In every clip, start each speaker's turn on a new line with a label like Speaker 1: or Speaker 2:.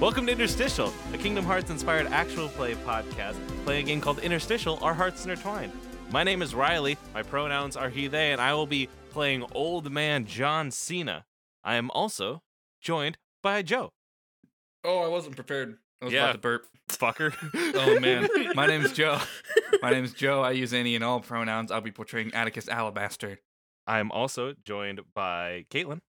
Speaker 1: Welcome to Interstitial, a Kingdom Hearts inspired actual play podcast playing a game called Interstitial Our Hearts Intertwined. My name is Riley, my pronouns are he, they, and I will be playing Old Man John Cena. I am also joined by Joe.
Speaker 2: Oh, I wasn't prepared. I was
Speaker 1: Yeah.
Speaker 2: about to burp.
Speaker 1: Fucker.
Speaker 2: Oh man, my name's Joe. My name's Joe. I use any and all pronouns. I'll be portraying Atticus Alabaster.
Speaker 1: I am also joined by Caitlin.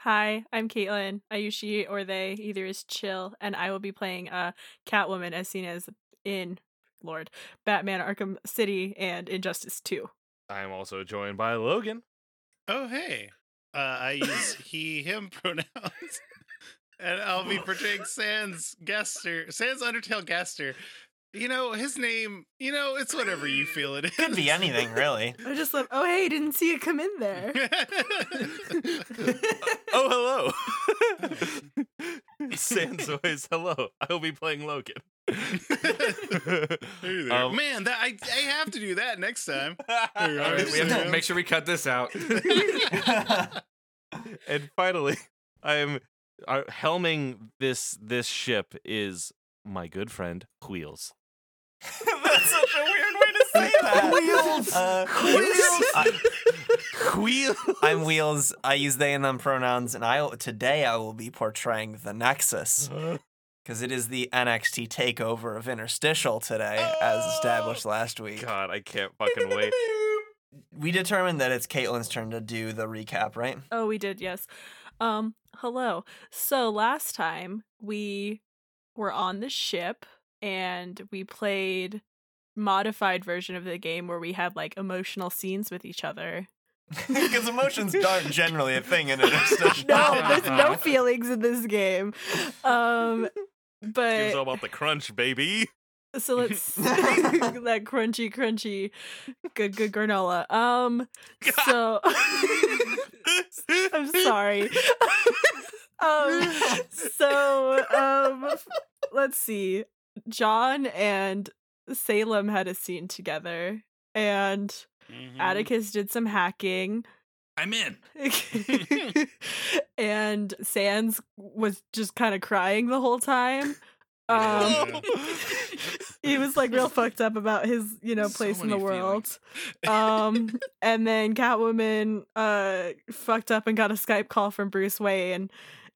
Speaker 3: Hi, I'm Caitlin. I use she or they, either is chill, and I will be playing uh, Catwoman as seen as in Lord Batman Arkham City and Injustice 2.
Speaker 1: I am also joined by Logan.
Speaker 4: Oh hey, uh, I use he/him pronouns, and I'll be portraying Sans Gaster, Sans Undertale Gaster. You know his name. You know it's whatever you feel it is.
Speaker 5: Could be anything, really.
Speaker 3: I just like, oh hey, didn't see it come in there.
Speaker 1: Oh, hello. Sans voice, hello. I will be playing Logan.
Speaker 4: Hey there.
Speaker 1: Um,
Speaker 4: Man, that I I have to do that next time. Hey,
Speaker 2: All right, we have to
Speaker 4: Yeah.
Speaker 2: make sure we cut this out.
Speaker 1: and finally, I am uh, helming this this ship is my good friend Wheels.
Speaker 5: That's such a weird way to say that.
Speaker 2: Wheels.
Speaker 5: Uh,
Speaker 2: Wheels.
Speaker 5: I,
Speaker 1: Wheels.
Speaker 5: I'm Wheels. I use they and them pronouns, and I today I will be portraying the Nexus because it is the NXT takeover of Interstitial today, as established last week.
Speaker 1: God, I can't fucking wait.
Speaker 5: We determined that it's Caitlin's turn to do the recap, right?
Speaker 3: Oh, we did, yes. Um, hello. So last time we were on the ship and we played modified version of the game where we had like emotional scenes with each other.
Speaker 5: Because emotions aren't generally a thing in Interstitial.
Speaker 3: no, there's no feelings in this game. Um,
Speaker 1: It was all
Speaker 3: but
Speaker 1: about the crunch, baby.
Speaker 3: so let's that crunchy, crunchy, good, good granola. Um, so I'm sorry. um, so um, let's see. John and Salem had a scene together, and
Speaker 1: Mm.
Speaker 3: Atticus did some hacking.
Speaker 2: I'm in.
Speaker 3: and Sans was just kind of crying the whole time. Um,
Speaker 4: Yeah.
Speaker 2: Oh.
Speaker 3: he was like real fucked up about his, you know,
Speaker 2: So
Speaker 3: place in the
Speaker 2: many
Speaker 3: world.
Speaker 2: feelings.
Speaker 3: Um, and then Catwoman uh fucked up and got a Skype call from Bruce Wayne,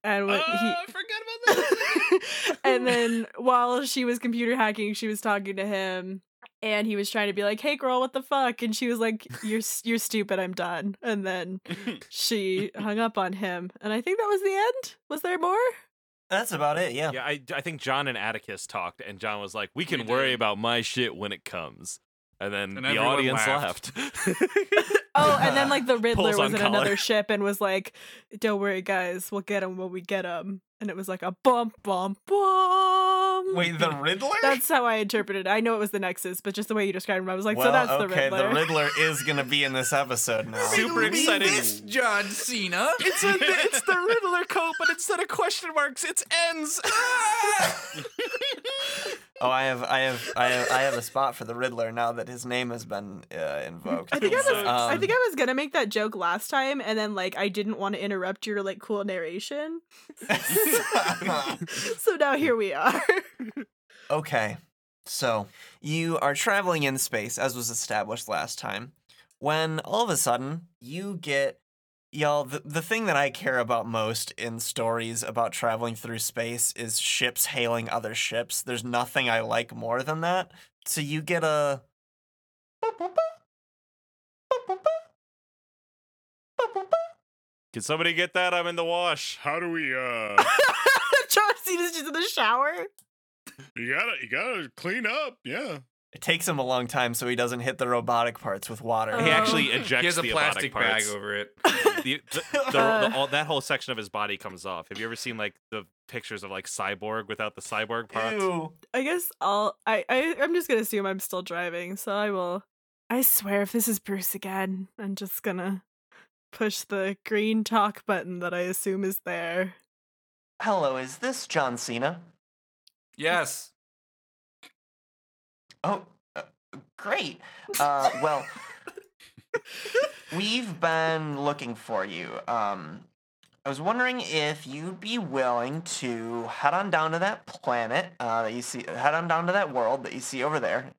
Speaker 3: and
Speaker 4: Oh,
Speaker 3: when he
Speaker 4: I forgot
Speaker 2: Uh.
Speaker 4: about that.
Speaker 3: and then while she was computer hacking, she was talking to him, and he was trying to be like, "Hey, girl, what the fuck?" And she was like, "You're you're stupid. I'm done." And then she hung up on him, and I think that was the end. Was there more?
Speaker 5: That's about it, yeah.
Speaker 1: Yeah, I, I think John and Atticus talked, and John was like, "We can
Speaker 2: We
Speaker 1: worry
Speaker 2: did.
Speaker 1: about my shit when it comes." And then
Speaker 2: And
Speaker 1: the
Speaker 2: everyone
Speaker 1: audience
Speaker 2: laughed.
Speaker 1: laughed.
Speaker 3: Oh, and then like the Riddler
Speaker 1: Pulls on
Speaker 3: was in
Speaker 1: collar.
Speaker 3: another ship and was like, "Don't worry, guys, we'll get him when we get him." And it was like a bump, bump, bump.
Speaker 5: Wait, the Riddler?
Speaker 3: That's how I interpreted it. I know it was the Nexus, but just the way you described him, I was like,
Speaker 5: well,
Speaker 3: "So that's
Speaker 5: okay,
Speaker 3: the Riddler."
Speaker 5: is gonna be in this episode now.
Speaker 1: Super
Speaker 2: Riddle me
Speaker 1: exciting.
Speaker 2: This John Cena.
Speaker 1: It's a, it's the Riddler coat, but instead of question marks, it's ends.
Speaker 5: Oh, I have, I have, I have, I have a spot for the Riddler now that his name has been uh, invoked.
Speaker 3: I think I was
Speaker 1: Um,
Speaker 3: I think I was gonna make that joke last time, and then like I didn't want to interrupt your like cool narration, so now here we are.
Speaker 5: Um, okay, so you are traveling in space, as was established last time, when all of a sudden you get. Y'all, the, the thing that I care about most in stories about traveling through space is ships hailing other ships. There's nothing I like more than that. So you get a.
Speaker 1: Can somebody get that? I'm in the wash.
Speaker 4: How do we? uh
Speaker 3: John Cena's just in the shower.
Speaker 4: You gotta, you gotta clean up. Yeah.
Speaker 5: It takes him a long time so he doesn't hit the robotic parts with water.
Speaker 3: Oh.
Speaker 1: He actually
Speaker 2: Uh, He has
Speaker 1: ejects
Speaker 2: a
Speaker 1: the erotic
Speaker 2: plastic bag
Speaker 1: parts.
Speaker 2: over it.
Speaker 1: The- the- the-
Speaker 3: Uh.
Speaker 1: the- all- that whole section of his body comes off. Have you ever seen like the pictures of like cyborg without the cyborg parts?
Speaker 5: Ew.
Speaker 3: I guess I'll. I, I I'm just gonna assume I'm still driving, so I will. I swear, if this is Bruce again, I'm just gonna push the green talk button that I assume is there.
Speaker 5: Hello, is this John Cena?
Speaker 2: Yes.
Speaker 5: Oh, uh, great. Uh, well, we've been looking for you. Um, I was wondering if you'd be willing to head on down to that planet uh, that you see, head on down to that world that you see over there.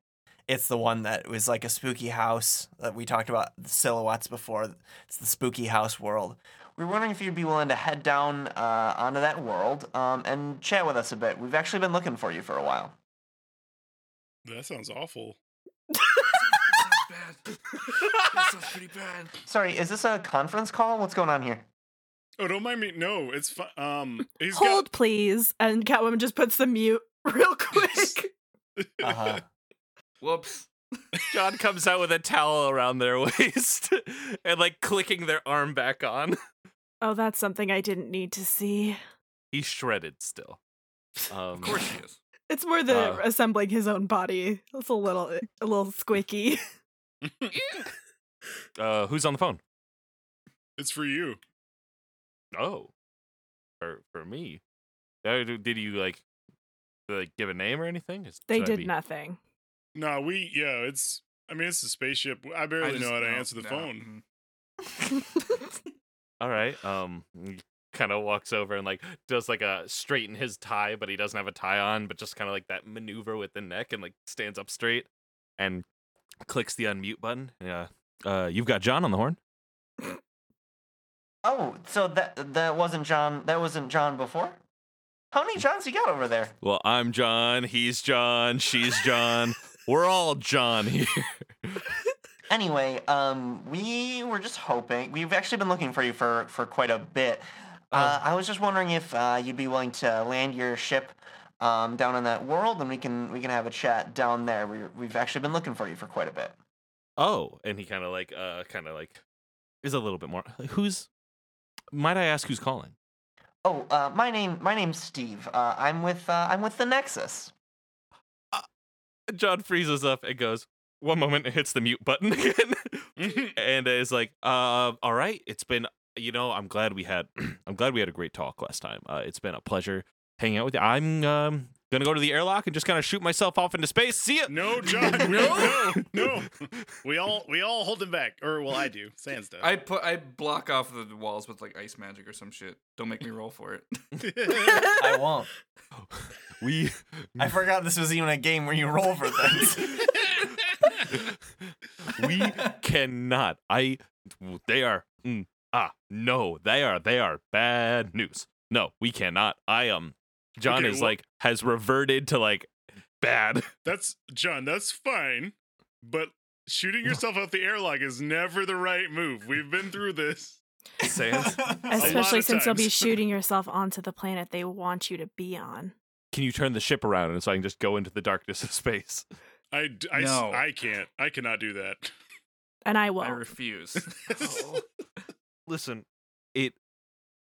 Speaker 5: It's the one that was like a spooky house that we talked about the silhouettes before. It's the spooky house world. We were wondering if you'd be willing to head down uh, onto that world um, and chat with us a bit. We've actually been looking for you for a while.
Speaker 4: That sounds awful.
Speaker 2: bad. that sounds pretty bad.
Speaker 5: Sorry, is this a conference call? What's going on here?
Speaker 4: Oh, don't mind me. No, it's fine. Um, he's
Speaker 3: Hold, please. And Catwoman just puts the mute real quick.
Speaker 4: got.
Speaker 5: Uh
Speaker 2: Uh-huh.
Speaker 5: huh.
Speaker 2: Whoops.
Speaker 1: John comes out with a towel around their waist and like clicking their arm back on.
Speaker 3: oh, that's something I didn't need to see.
Speaker 1: He's shredded still. Um,
Speaker 2: Of course she is.
Speaker 3: It's more the
Speaker 1: Uh.
Speaker 3: assembling his own body. It's a little, eh, a little squeaky.
Speaker 1: Uh, who's on the phone?
Speaker 4: it's for you.
Speaker 1: Oh, for for me. Uh, d- Did you like like give a name or anything? Is-
Speaker 3: They
Speaker 1: should I
Speaker 3: did
Speaker 1: be-
Speaker 3: nothing.
Speaker 4: No, we. Yeah, it's. I mean, it's a spaceship. I barely
Speaker 2: just-
Speaker 4: know how to
Speaker 2: no,
Speaker 4: answer the
Speaker 2: no,
Speaker 4: phone.
Speaker 2: mm.
Speaker 1: All right. Um, kind of walks over and like does like a straighten his tie, but he doesn't have a tie on, but just kind of like that maneuver with the neck and like stands up straight and clicks the unmute button. Yeah. Uh, you've got John on the horn.
Speaker 5: Oh, so that that wasn't John. That wasn't John before. How many Johns you got over there?
Speaker 1: Well, I'm John. He's John. She's John. We're all John here.
Speaker 5: Anyway, um, we were just hoping. We've actually been looking for you for for quite a bit. Uh, I was just wondering if uh, you'd be willing to land your ship um, down in that world, and we can we can have a chat down there. We, we've actually been looking for you for quite a bit.
Speaker 1: Oh, and he kind of like uh kind of like is a little bit more. Who's might I ask who's calling?
Speaker 5: Oh, uh, my name my name's Steve. Uh, I'm with uh, I'm with the Nexus.
Speaker 1: John freezes up and goes, one moment and hits the mute button again. and is like, uh, all right, it's been you know, I'm glad we had I'm glad we had a great talk last time. Uh, it's been a pleasure hanging out with you. I'm um gonna go to the airlock and just kind of shoot myself off into space. See ya.
Speaker 4: no, John. No, no, no. We all we all hold him back, or well, I do. Sans does.
Speaker 2: I put I block off the walls with like ice magic or some shit. Don't make me roll for it.
Speaker 5: I won't.
Speaker 1: We
Speaker 5: I forgot this was even a game where you roll for things.
Speaker 1: we cannot. I they are mm, ah no, they are they are bad news. No, we cannot. I um John
Speaker 4: Okay,
Speaker 1: is
Speaker 4: wha-
Speaker 1: like has reverted to like bad.
Speaker 4: that's John. That's fine, but shooting yourself out the airlock is never the right move. We've been through this.
Speaker 1: Sans,
Speaker 4: lot
Speaker 3: Especially
Speaker 4: of
Speaker 3: since you'll be
Speaker 4: times.
Speaker 3: shooting yourself onto the planet they want you to be on.
Speaker 1: can you turn the ship around and so I can just go into the darkness of space?
Speaker 4: I d- I s-
Speaker 2: No.
Speaker 4: I can't. I cannot do that.
Speaker 3: And I
Speaker 2: I
Speaker 3: will.
Speaker 2: refuse.
Speaker 1: Listen, it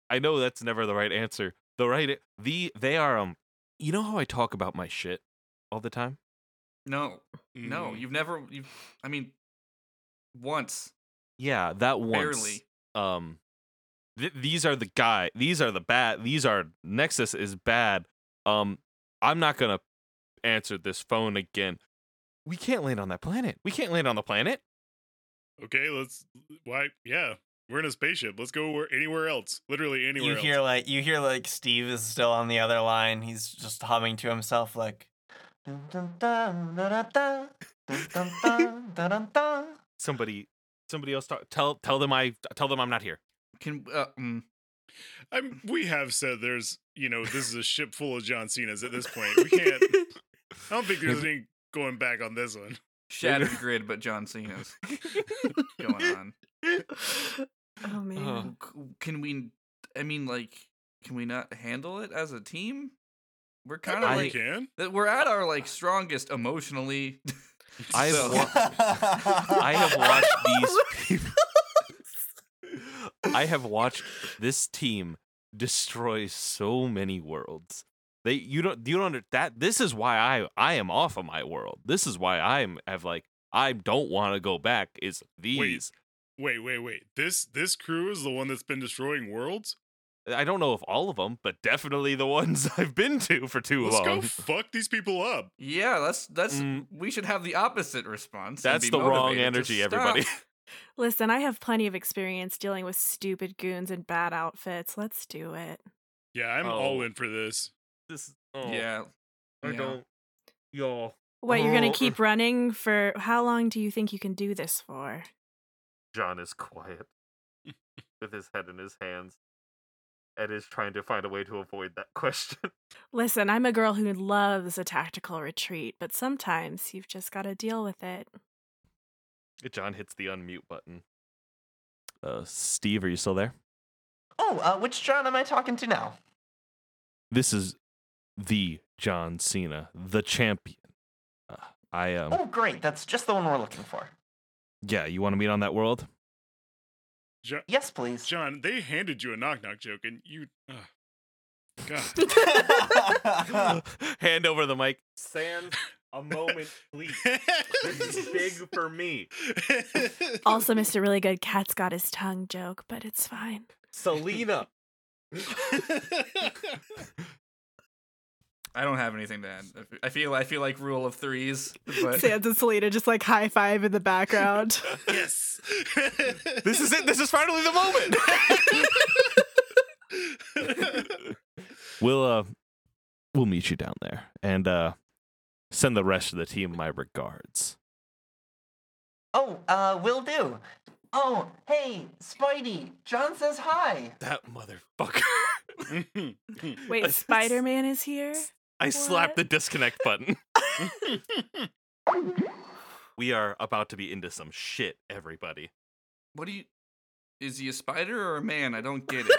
Speaker 1: I know that's never the right answer. The right the they are um you know how I talk about my shit all the time?
Speaker 2: No, no,
Speaker 4: Mm.
Speaker 2: you've never. You, I mean, once,
Speaker 1: Yeah, that once.
Speaker 2: barely.
Speaker 1: um th- these are the guy these are the bad these are nexus is bad um i'm not gonna answer this phone again we can't land on that planet we can't land on the planet
Speaker 4: Okay, let's. Why? Yeah, we're in a spaceship. Let's go where, anywhere else. Literally anywhere
Speaker 5: you
Speaker 4: else.
Speaker 5: hear like you hear like Steve is still on the other line. He's just humming to himself like. "Dun, dun, dun, da, da, da, dun, dun, dun, da, dun, dun."
Speaker 1: somebody somebody else talk, tell tell them i tell them i'm not here
Speaker 2: Can uh, mm,
Speaker 4: I'm, we have said there's, you know, this is a ship full of John Cena's at this point. We can't. I don't think there's any going back on this one.
Speaker 2: shattered grid, but John Cena's going on.
Speaker 3: oh man.
Speaker 1: Oh.
Speaker 2: C- Can we? I mean, like, can we not handle it as a team? We're
Speaker 4: I
Speaker 2: kind
Speaker 4: think
Speaker 2: of
Speaker 4: we
Speaker 2: like
Speaker 4: can.
Speaker 2: that. We're at our like strongest emotionally.
Speaker 1: I've
Speaker 2: So-
Speaker 1: wa- i have watched these people i have watched this team destroy so many worlds they you don't you don't under, that this is why i i am off of my world this is why i'm have like i don't want to go back is these
Speaker 4: Wait, wait, wait. This this crew is the one that's been destroying worlds.
Speaker 1: I don't know if all of them, but definitely the ones I've been to for too
Speaker 4: Let's
Speaker 1: long.
Speaker 4: go fuck these people up.
Speaker 2: Yeah, that's that's
Speaker 1: Mm.
Speaker 2: we should have the opposite response. and
Speaker 1: That's
Speaker 2: be
Speaker 1: the wrong
Speaker 2: motivated to
Speaker 1: energy,
Speaker 2: stop.
Speaker 1: everybody.
Speaker 3: Listen, I have plenty of experience dealing with stupid goons in bad outfits. Let's do it.
Speaker 4: Yeah, I'm
Speaker 1: Oh.
Speaker 4: all in for this.
Speaker 1: This oh,
Speaker 2: Yeah.
Speaker 1: I
Speaker 2: yeah.
Speaker 1: don't. Y'all,
Speaker 3: What, you're going
Speaker 1: Oh.
Speaker 3: to keep running for how long do you think you can do this for?
Speaker 1: John is quiet with his head in his hands and is trying to find a way to avoid that question.
Speaker 3: Listen, I'm a girl who loves a tactical retreat, but sometimes you've just got to deal with it.
Speaker 1: John hits the unmute button. Uh, Steve, are you still there?
Speaker 5: Oh, uh, which John am I talking to now?
Speaker 1: This is the John Cena, the champion. Uh, I um,
Speaker 5: Oh, great. That's just the one we're looking for.
Speaker 1: yeah, you want to meet on that world?
Speaker 4: Jo-
Speaker 5: Yes, please.
Speaker 4: John, they handed you a knock knock joke, and you. Uh, God.
Speaker 1: Hand over the mic. Sand a moment, please. for me.
Speaker 3: Also missed a really good cat's got his tongue joke, but it's fine.
Speaker 1: Selena.
Speaker 2: I don't have anything to add. I feel I feel like rule of threes, but
Speaker 3: Sans and Selena just like high five in the background.
Speaker 4: yes.
Speaker 1: This is it. This is finally the moment. we'll uh we'll meet you down there and uh send the rest of the team my regards.
Speaker 5: oh, uh, will do. Oh, hey, Spidey. John says hi.
Speaker 1: That motherfucker.
Speaker 3: Wait, Spider Man is here?
Speaker 1: I slapped
Speaker 3: What?
Speaker 1: the disconnect button. we are about to be into some shit, everybody.
Speaker 2: what do you? Is he a spider or a man? I don't get it.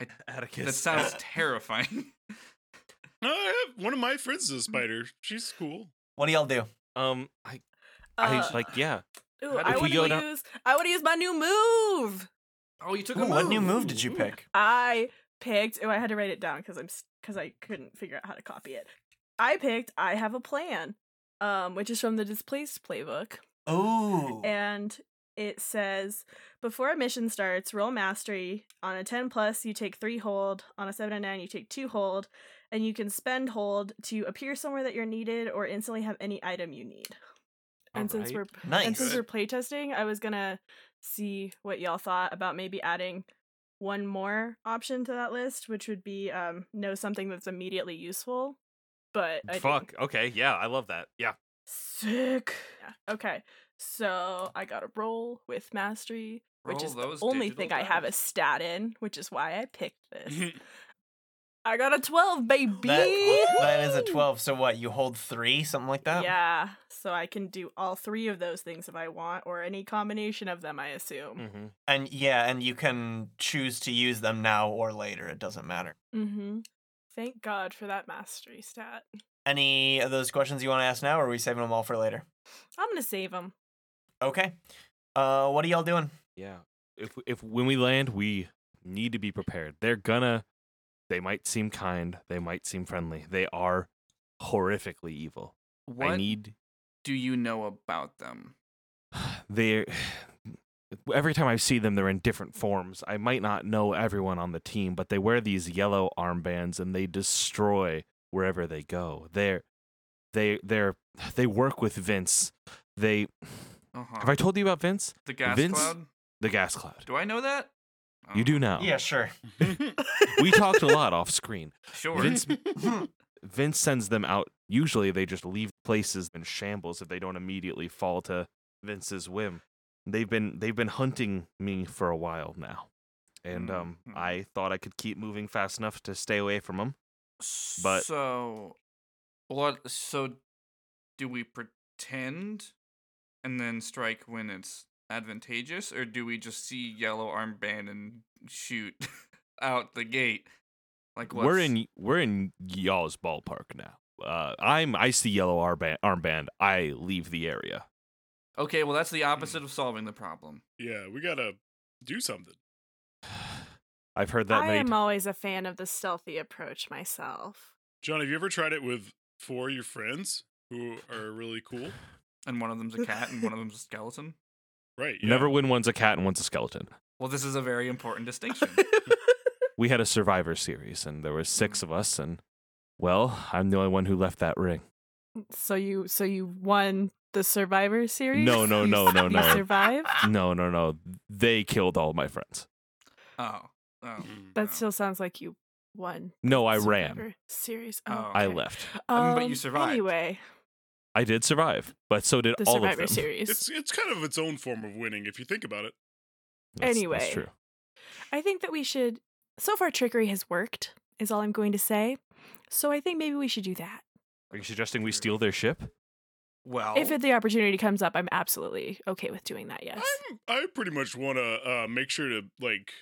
Speaker 4: Yeah.
Speaker 1: Atticus.
Speaker 2: that sounds terrifying.
Speaker 4: No, I have- one of my friends is a spider. She's cool.
Speaker 5: What do y'all do?
Speaker 1: um I
Speaker 3: Uh,
Speaker 1: I like yeah.
Speaker 3: ooh,
Speaker 1: how
Speaker 3: I
Speaker 1: did we
Speaker 3: want
Speaker 1: go
Speaker 3: to
Speaker 1: down-
Speaker 3: use I want to use my new move.
Speaker 2: Oh, you took
Speaker 5: Ooh,
Speaker 2: a move.
Speaker 5: what new move did you pick?
Speaker 3: I picked. Oh, I had to write it down because I'm because I couldn't figure out how to copy it. I picked. I have a plan, um, which is from the Displaced playbook,
Speaker 5: Ooh.
Speaker 3: and it says before a mission starts, roll mastery. On a ten plus, you take three hold. On a seven and nine, you take two hold, and you can spend hold to appear somewhere that you're needed or instantly have any item you need. And since
Speaker 1: Alright.
Speaker 3: we're and since
Speaker 5: nice.
Speaker 3: we're playtesting, I was gonna see what y'all thought about maybe adding one more option to that list, which would be um, know something that's immediately useful. But I
Speaker 1: Fuck.
Speaker 3: didn't.
Speaker 1: Okay. Yeah, I love that. Yeah.
Speaker 3: sick. Yeah. Okay, so I got a roll with mastery, which
Speaker 2: Roll
Speaker 3: is the
Speaker 2: those
Speaker 3: only
Speaker 2: digital
Speaker 3: thing I have a
Speaker 2: dice.
Speaker 3: stat in, which is why I picked this. I got a twelve, baby.
Speaker 5: That, that is a 12. So what? You hold three? Something like that?
Speaker 3: Yeah, so I can do all three of those things if I want, or any combination of them. I assume.
Speaker 1: Mm-hmm.
Speaker 5: And yeah, and you can choose to use them now or later. It doesn't matter.
Speaker 3: Mm-hmm. Thank God for that mastery stat.
Speaker 5: Any of those questions you want to ask now, or are we saving them all for later?
Speaker 3: I'm gonna save him.
Speaker 5: Okay. Uh, what are y'all doing?
Speaker 1: Yeah. If if when we land, we need to be prepared. They're gonna they might seem kind, they might seem friendly. They are horrifically evil.
Speaker 2: What
Speaker 1: I need
Speaker 2: do you know about them?
Speaker 1: they every time I see them they're in different forms. I might not know everyone on the team, but they wear these yellow armbands and they destroy wherever they go. They're they they're they work with Vince. They
Speaker 2: Uh-huh.
Speaker 1: have I told you about Vince?
Speaker 2: the gas
Speaker 1: Vince-
Speaker 2: cloud?
Speaker 1: The gas cloud.
Speaker 2: Do I know that?
Speaker 1: You
Speaker 2: Oh,
Speaker 1: do now.
Speaker 5: Yeah, sure.
Speaker 1: We talked a lot off screen.
Speaker 2: Sure.
Speaker 1: Vince Vince sends them out. Usually they just leave places in shambles if they don't immediately fall to Vince's whim. They've been they've been hunting me for a while now. And um
Speaker 2: Mhm.
Speaker 1: I thought I could keep moving fast enough to stay away from them. but-
Speaker 2: so what? So do we pretend and then strike when it's advantageous, or do we just see yellow armband and shoot out the gate? Like what's,
Speaker 1: We're in we're in y'all's ballpark now. Uh, I'm I see yellow armband, armband. I leave the area.
Speaker 2: Okay, well that's the opposite
Speaker 6: Hmm.
Speaker 2: of solving the problem.
Speaker 4: yeah, we gotta do something.
Speaker 1: I've heard that
Speaker 3: I
Speaker 1: made
Speaker 3: am always a fan of the stealthy approach myself.
Speaker 4: John, have you ever tried it with four of your friends who are really cool?
Speaker 2: And one of them's a cat, and one of them's a skeleton.
Speaker 4: Right.
Speaker 1: you never win one's a cat and one's a skeleton.
Speaker 2: Well, this is a very important distinction.
Speaker 1: we had a survivor series and there were six
Speaker 3: Hmm.
Speaker 1: of us and well i'm the only one who left that ring
Speaker 3: so you so you won the Survivor series?
Speaker 1: No, no,
Speaker 3: You-
Speaker 1: no, no,
Speaker 3: you
Speaker 1: no.
Speaker 3: survived?
Speaker 1: No, no, no. They killed all my friends.
Speaker 2: Oh. Oh.
Speaker 6: Hmm. Mm.
Speaker 3: That
Speaker 2: oh.
Speaker 3: still sounds like you won.
Speaker 1: No, I ran.
Speaker 3: Survivor Series.
Speaker 2: Oh.
Speaker 3: Oh,
Speaker 1: I
Speaker 3: okay.
Speaker 1: left.
Speaker 2: Um, but you survived.
Speaker 3: Anyway,
Speaker 1: I did survive, but so did
Speaker 3: the
Speaker 1: all of
Speaker 3: Survivor
Speaker 1: them.
Speaker 3: Series.
Speaker 6: It's it's kind of its own form of winning if you think about it.
Speaker 1: That's-
Speaker 3: Anyway.
Speaker 1: that's true.
Speaker 3: I think that we should. So far, trickery has worked, is all I'm going to say. So I think maybe we should do that.
Speaker 1: Are you suggesting we steal their ship?
Speaker 2: Well.
Speaker 3: If the opportunity comes up, I'm absolutely okay with doing that, yes.
Speaker 6: I'm, I pretty much want to uh, make sure to like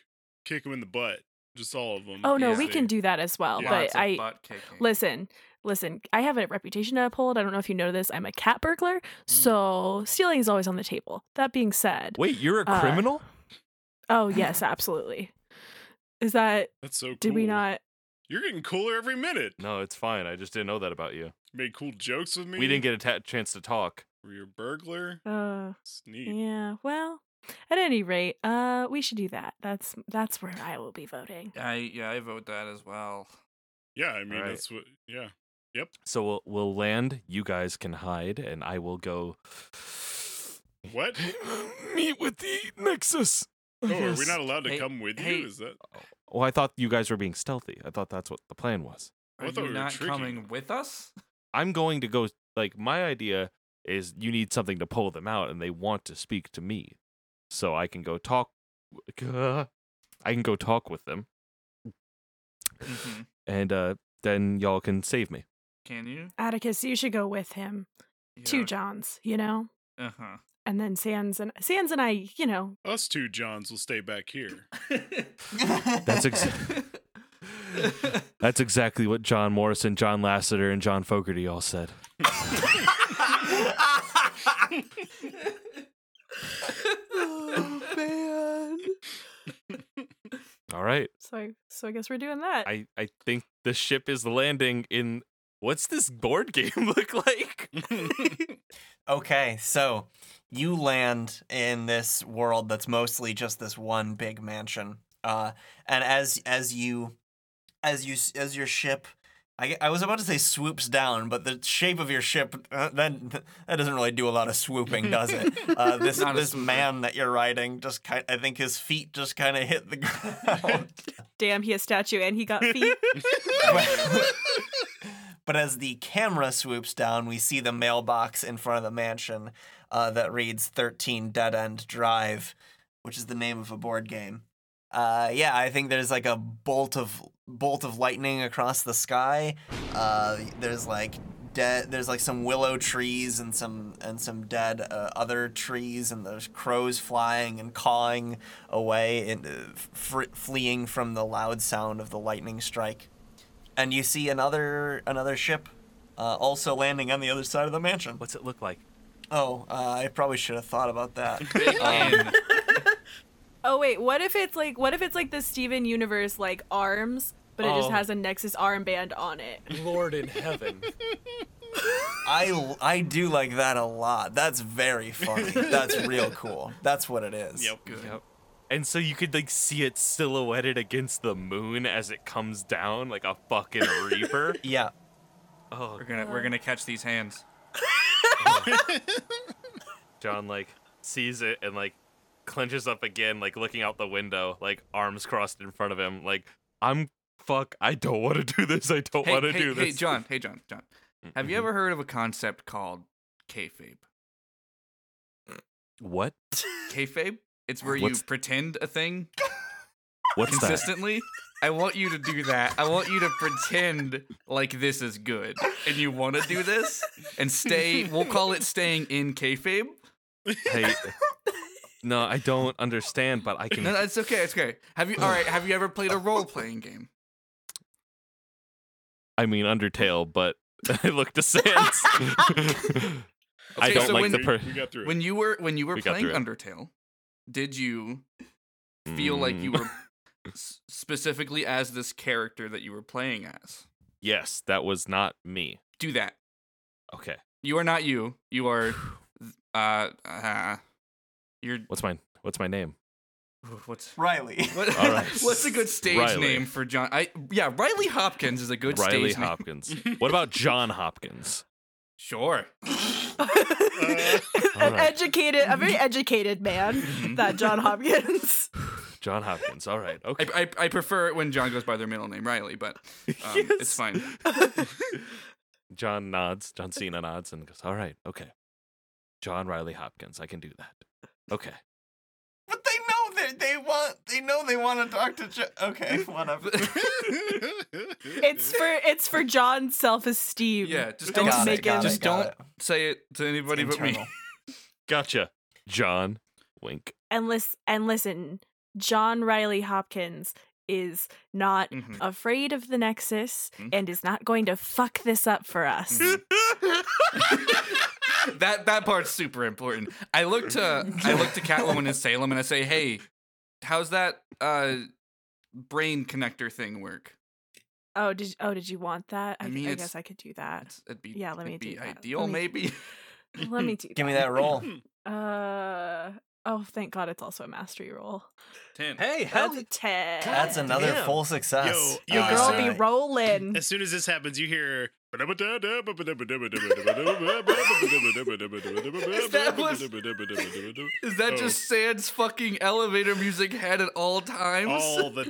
Speaker 6: kick him in the butt, just all of them.
Speaker 3: oh, no,
Speaker 2: yeah.
Speaker 3: we can do that as well.
Speaker 6: Yeah.
Speaker 2: Lots
Speaker 3: But
Speaker 2: of
Speaker 3: I.
Speaker 2: butt kicking.
Speaker 3: Listen, listen, I have a reputation to uphold. I don't know if you know this. I'm a cat burglar. So stealing is always on the table. That being said,
Speaker 1: Wait, you're a
Speaker 3: Uh,
Speaker 1: criminal?
Speaker 3: oh, yes, absolutely. Is that.
Speaker 6: That's so cool.
Speaker 3: Did we not?
Speaker 6: You're getting cooler every minute.
Speaker 1: No, it's fine. I just didn't know that about you.
Speaker 6: You made cool jokes with me.
Speaker 1: We didn't get a ta- chance to talk.
Speaker 6: Were you a burglar?
Speaker 3: Uh,
Speaker 6: Sneak.
Speaker 3: yeah. Well, at any rate, uh, we should do that. That's that's where I will be voting.
Speaker 2: I yeah, I vote that as well.
Speaker 6: Yeah, I mean
Speaker 1: Right.
Speaker 6: that's what. Yeah.
Speaker 1: So we'll, we'll land. You guys can hide, and I will go.
Speaker 6: What?
Speaker 1: Meet with the Nexus. I
Speaker 6: Oh, are we
Speaker 1: guess.
Speaker 6: not allowed to
Speaker 2: Hey-
Speaker 6: come with
Speaker 2: hey-
Speaker 6: you? Is that?
Speaker 1: Well, I thought you guys were being stealthy. I thought that's what the plan was.
Speaker 6: I
Speaker 2: Are
Speaker 6: thought
Speaker 2: you
Speaker 6: we were
Speaker 2: not
Speaker 6: tricky.
Speaker 2: coming with us?
Speaker 1: I'm going to go. Like my idea is, you need something to pull them out, and they want to speak to me, so I can go talk. I can go talk with them,
Speaker 2: Mhm.
Speaker 1: and uh, then y'all can save me.
Speaker 2: Can you?
Speaker 3: Atticus, you should go with him. Two Johns, you know?
Speaker 2: Uh huh.
Speaker 3: And then Sans and Sans and I, you know,
Speaker 6: Us two Johns will stay back here.
Speaker 1: That's ex- that's exactly what John Morrison, John Lasseter, and John Fogerty all said.
Speaker 3: Oh man.
Speaker 1: All right,
Speaker 3: So I so I guess we're doing that.
Speaker 1: I I think the ship is landing in. What's this board game look like?
Speaker 5: Okay, so you land in this world that's mostly just this one big mansion. Uh, and as as you as you s- as your ship, I, I was about to say swoops down, but the shape of your ship uh, that that doesn't really do a lot of swooping, does it? Uh, this
Speaker 2: Not a
Speaker 5: this
Speaker 2: swooper.
Speaker 5: man that you're riding just kind I think his feet just kind of hit the ground.
Speaker 3: Damn, he a statue and he got feet.
Speaker 5: but as the camera swoops down, we see the mailbox in front of the mansion uh, that reads 13 Dead End Drive, which is the name of a board game. Uh, yeah, I think there's like a bolt of bolt of lightning across the sky. Uh, there's like dead. There's like some willow trees and some and some dead uh, other trees, and there's crows flying and cawing away and uh, fr- fleeing from the loud sound of the lightning strike and you see another another ship uh, also landing on the other side of the mansion.
Speaker 1: What's it look like?
Speaker 5: Oh, uh, I probably should have thought about that.
Speaker 2: And
Speaker 3: oh wait, what if it's like what if it's like the Steven Universe like arms, but it
Speaker 1: Oh.
Speaker 3: just has a Nexus armband on it?
Speaker 1: Lord in heaven.
Speaker 5: I I do like that a lot. That's very funny. That's real cool. That's what it is.
Speaker 6: Yep.
Speaker 2: good.
Speaker 1: Yep. And so you could like see it silhouetted against the moon as it comes down like a fucking reaper.
Speaker 5: Yeah.
Speaker 1: Oh,
Speaker 2: We're gonna we're gonna catch these hands.
Speaker 1: John like sees it and like clenches up again, like looking out the window, like arms crossed in front of him, like I'm fuck, I don't want to do this. I don't
Speaker 2: Hey,
Speaker 1: want to
Speaker 2: hey,
Speaker 1: do
Speaker 2: hey,
Speaker 1: this.
Speaker 2: John. Hey, John. John. Have you ever heard of a concept called kayfabe?
Speaker 1: What?
Speaker 2: Kayfabe? It's where
Speaker 1: What's-
Speaker 2: you pretend a thing
Speaker 1: What's
Speaker 2: consistently. I want you to do that. I want you to pretend like this is good, and you want to do this, and stay. We'll call it staying in kayfabe.
Speaker 1: Hey, no, I don't understand, but I can
Speaker 2: No, no, it's okay. It's okay. Have you? All right. Have you ever played a role playing game?
Speaker 1: I mean Undertale, but I look to Sans. I
Speaker 2: Okay,
Speaker 1: don't
Speaker 2: so
Speaker 1: like
Speaker 2: when-
Speaker 1: the
Speaker 6: We-
Speaker 1: per-
Speaker 6: we got through. it.
Speaker 2: When you were when you were
Speaker 1: We got
Speaker 2: playing
Speaker 1: through it.
Speaker 2: Undertale, did you feel like you
Speaker 1: Mm.
Speaker 2: were s- specifically as this character that you were playing as?
Speaker 1: Yes, that was not me.
Speaker 2: Do that.
Speaker 1: Okay.
Speaker 2: You are not you. You are. Uh, uh you're.
Speaker 1: What's my what's my name?
Speaker 2: What's
Speaker 5: Riley.
Speaker 2: What,
Speaker 1: All right.
Speaker 2: What's a good stage
Speaker 1: Riley.
Speaker 2: name for John? I yeah, Riley Hopkins is a good
Speaker 1: Riley
Speaker 2: stage
Speaker 1: Hopkins. what about John Hopkins?
Speaker 2: Sure.
Speaker 3: An
Speaker 1: Alright.
Speaker 3: educated, a very educated man, that John Hopkins.
Speaker 1: John Hopkins. All right. Okay.
Speaker 2: I, I, I prefer it when John goes by their middle name, Riley, but um, it's fine.
Speaker 1: John nods. John Cena nods and goes, All right. Okay. John Riley Hopkins. I can do that. Okay.
Speaker 5: But they know that they want. They know they want to talk to. Jo- okay, whatever.
Speaker 3: It's for it's for John's self esteem.
Speaker 2: Yeah, just don't
Speaker 3: And to
Speaker 5: Got it,
Speaker 3: make
Speaker 5: got
Speaker 3: him-
Speaker 5: it,
Speaker 2: just
Speaker 5: got
Speaker 2: don't
Speaker 5: it.
Speaker 2: say it to anybody but me.
Speaker 5: Internal.
Speaker 1: Gotcha. John. Wink.
Speaker 3: And listen, and listen, John Riley Hopkins is not
Speaker 2: Mhm.
Speaker 3: afraid of the Nexus
Speaker 2: Mhm.
Speaker 3: and is not going to fuck this up for us.
Speaker 2: Mhm. that that part's super important. I look to I look to Catwoman in Salem and I say, "Hey, how's that uh, brain connector thing work?"
Speaker 3: Oh, did oh did you want that?
Speaker 2: I
Speaker 3: I,
Speaker 2: mean,
Speaker 3: I
Speaker 2: it's-
Speaker 3: guess I could do that.
Speaker 2: It's- It'd be
Speaker 3: Yeah, let
Speaker 2: it'd
Speaker 3: me
Speaker 2: be
Speaker 3: do that. Let
Speaker 2: ideal,
Speaker 3: me-
Speaker 2: maybe.
Speaker 3: Let me do.
Speaker 5: Give me that roll.
Speaker 3: Uh oh, thank God, it's also a mastery roll.
Speaker 2: Ten.
Speaker 1: Hey,
Speaker 3: That's a ten.
Speaker 5: That's
Speaker 1: God
Speaker 5: another
Speaker 1: damn.
Speaker 5: full success.
Speaker 6: Yo, yo,
Speaker 3: Girl,
Speaker 6: Uh,
Speaker 3: be rolling.
Speaker 4: As soon as this happens, you hear
Speaker 2: that Is that
Speaker 6: Oh.
Speaker 2: just Sans fucking elevator music head at all times?
Speaker 6: all the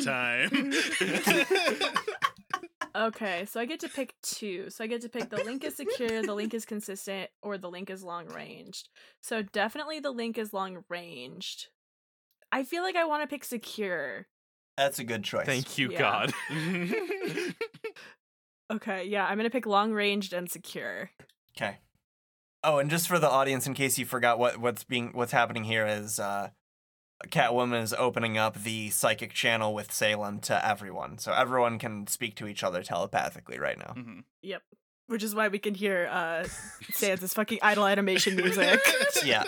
Speaker 6: time.
Speaker 3: Okay, so I get to pick two. So I get to pick the link is secure, the link is consistent, or the link is long ranged. So definitely the link is long ranged. I feel like I want to pick secure.
Speaker 5: That's a good choice.
Speaker 1: Thank you,
Speaker 3: Yeah.
Speaker 1: God.
Speaker 3: Okay, yeah, I'm gonna pick long ranged and secure.
Speaker 5: Okay. Oh, and just for the audience, in case you forgot what what's being what's happening here is uh, Catwoman is opening up the psychic channel with Salem to everyone, so everyone can speak to each other telepathically right now.
Speaker 2: Mhm.
Speaker 3: Which is why we can hear uh Sansa's fucking idle animation music.
Speaker 5: Yeah.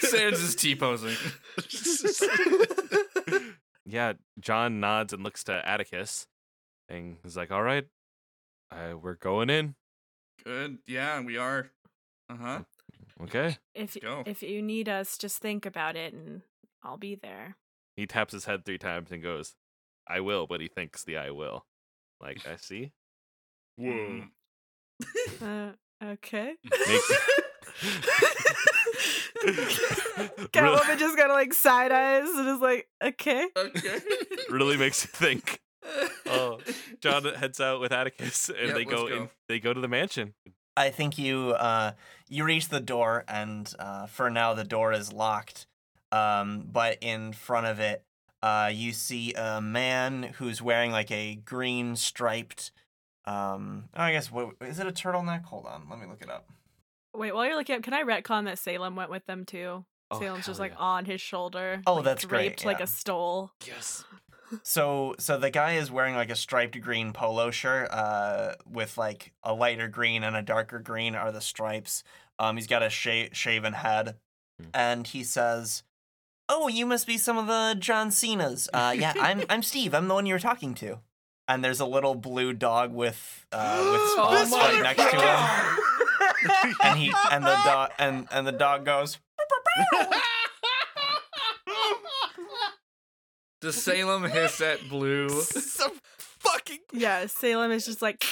Speaker 2: Sans is T posing.
Speaker 1: yeah, John nods and looks to Atticus and is like, All right, uh, we're going in.
Speaker 2: Good. Yeah, we are. Uh huh.
Speaker 1: Okay.
Speaker 3: if
Speaker 2: Go.
Speaker 3: if you need us, just think about it and I'll be there.
Speaker 1: He taps his head three times and goes, I will, but he thinks the I will. Like, I see.
Speaker 6: Whoa.
Speaker 3: Uh, okay.
Speaker 1: really,
Speaker 3: Catwoman just kind of like side eyes and is like, okay.
Speaker 2: Okay.
Speaker 1: really makes you think. Oh, John heads out with Atticus and
Speaker 2: Yeah,
Speaker 1: they
Speaker 2: let's
Speaker 1: go,
Speaker 2: go.
Speaker 1: in they go to the mansion.
Speaker 5: I think you uh, you reach the door, and uh, for now the door is locked. Um, but in front of it, uh, you see a man who's wearing like a green striped. Um, I guess what is it a turtleneck? Hold on, let me look it up.
Speaker 3: Wait, while you're looking up, can I retcon that Salem went with them too?
Speaker 1: Oh,
Speaker 3: Salem's just
Speaker 1: hell
Speaker 3: like
Speaker 1: yeah.
Speaker 3: on his shoulder.
Speaker 5: Oh,
Speaker 3: like,
Speaker 5: that's great,
Speaker 3: draped like
Speaker 5: yeah.
Speaker 3: a stole.
Speaker 1: Yes.
Speaker 5: So so the guy is wearing like a striped green polo shirt uh with like a lighter green and a darker green are the stripes. Um he's got a sha- shaven head
Speaker 1: Hmm.
Speaker 5: and he says, "Oh, you must be some of the John Cena's. Uh yeah, I'm I'm Steve. I'm the one you were talking to." And there's a little blue dog with uh with spots
Speaker 2: my
Speaker 5: right next to him. And he and the dog and and the dog goes,
Speaker 2: Does Salem hiss at Blue?
Speaker 3: Yeah, Salem is just like,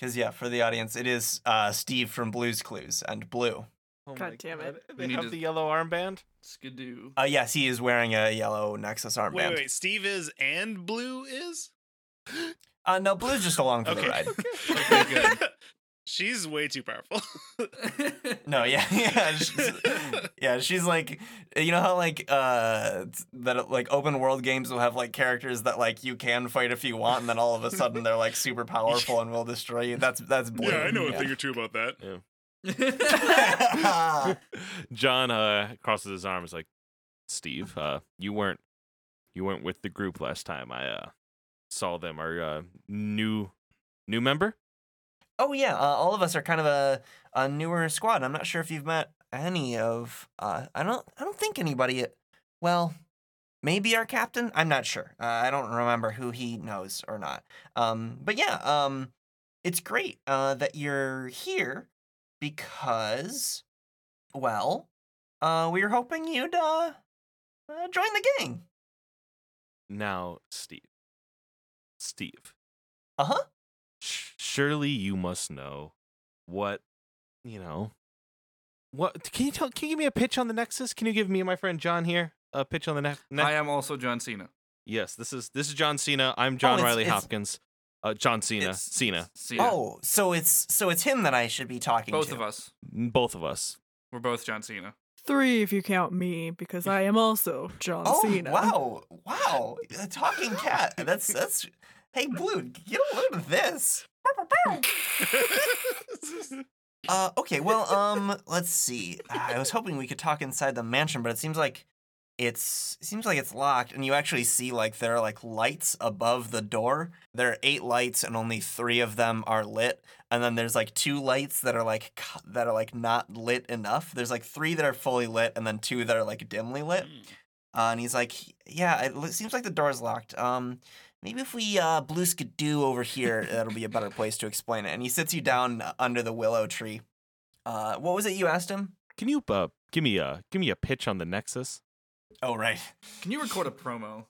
Speaker 5: cuz yeah, for the audience it is uh Steve from Blue's Clues and Blue.
Speaker 1: Oh
Speaker 3: God damn it.
Speaker 1: They
Speaker 2: We need
Speaker 1: have
Speaker 2: to-
Speaker 1: the yellow armband?
Speaker 2: Skidoo.
Speaker 5: Uh yes, he is wearing a yellow Nexus armband.
Speaker 6: Wait, wait, Steve is and Blue is?
Speaker 5: Uh, no, Blue's just along for the
Speaker 6: Okay.
Speaker 5: ride.
Speaker 2: Okay, good.
Speaker 6: She's way too powerful.
Speaker 5: No, yeah, yeah, she's, yeah. She's like, you know how like uh that like open world games will have like characters that like you can fight if you want, and then all of a sudden they're like super powerful and will destroy you. That's that's Blue.
Speaker 6: yeah, I know a thing or two about that.
Speaker 2: Ah.
Speaker 1: John uh, crosses his arms like, Steve, uh, you weren't you weren't with the group last time I uh, saw them. Our uh, new new member.
Speaker 5: oh yeah, uh, all of us are kind of a, a newer squad. I'm not sure if you've met any of. Uh, I don't. I don't think anybody. uh, Well, maybe our captain. I'm not sure. Uh, I don't remember who he knows or not. Um, but yeah, um, it's great uh, that you're here because, well, uh, we were hoping you'd uh, uh, join the gang.
Speaker 1: Now, Steve. Steve,
Speaker 5: Uh huh.
Speaker 1: Sh- surely you must know what you know. What can you tell? Can you give me a pitch on the Nexus? Can you give me and my friend John here a pitch on the ne-
Speaker 2: I
Speaker 1: Nexus?
Speaker 2: am also John Cena.
Speaker 1: Yes, this is this is John Cena. I'm John
Speaker 5: it's-
Speaker 1: Riley
Speaker 5: it's-
Speaker 1: Hopkins. Uh, John Cena.
Speaker 5: it's-
Speaker 1: Cena.
Speaker 2: Cena.
Speaker 5: Oh, so it's so it's him that I should be talking
Speaker 2: both
Speaker 5: to.
Speaker 2: of us.
Speaker 1: Both of us.
Speaker 2: We're both John Cena.
Speaker 3: Three if you count me, because I am also John
Speaker 5: Oh
Speaker 3: Cena.
Speaker 5: wow, wow, a talking cat. That's that's. Hey, Blue, get a load of this. Uh, okay, well, um, let's see. Ah, I was hoping we could talk inside the mansion, but it seems like it's it seems like it's locked, and you actually see like there are like lights above the door. There are eight lights, and only three of them are lit. And then there's like two lights that are like co- that are like not lit enough. There's like three that are fully lit, and then two that are like dimly lit. Uh, and he's like, "Yeah, it lo- seems like the door's locked. Um, maybe if we uh, blue skidoo over here, that'll be a better place to explain it." And he sits you down uh, under the willow tree. Uh, what was it you asked him?
Speaker 1: Can you uh, give me a give me a pitch on the Nexus?
Speaker 5: Oh, right.
Speaker 2: Can you record a promo?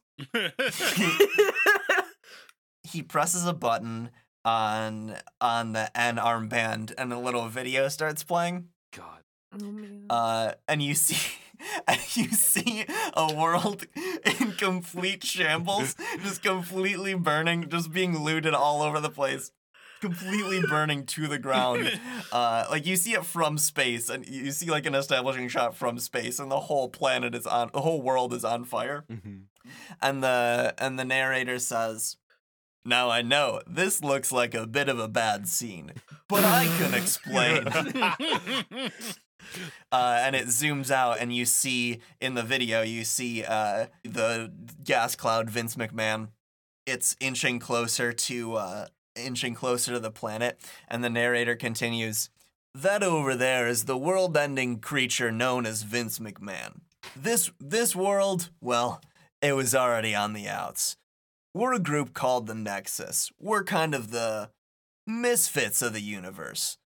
Speaker 5: he presses a button on on the N armband, and a little video starts playing.
Speaker 1: God.
Speaker 3: Oh, man.
Speaker 5: uh, and you see and you see a world in complete shambles, just completely burning, just being looted all over the place, completely burning to the ground. Uh, like you see it from space, and you see like an establishing shot from space, and the whole planet is on, the whole world is on fire
Speaker 1: Mm-hmm.
Speaker 5: and the and the narrator says now i know this looks like a bit of a bad scene but i can explain uh, and it zooms out and you see in the video you see uh, the gas cloud vince mcmahon it's inching closer to uh, inching closer to the planet and the narrator continues that over there is the world-ending creature known as vince mcmahon this this world well it was already on the outs. We're a group called the Nexus. We're kind of the misfits of the universe.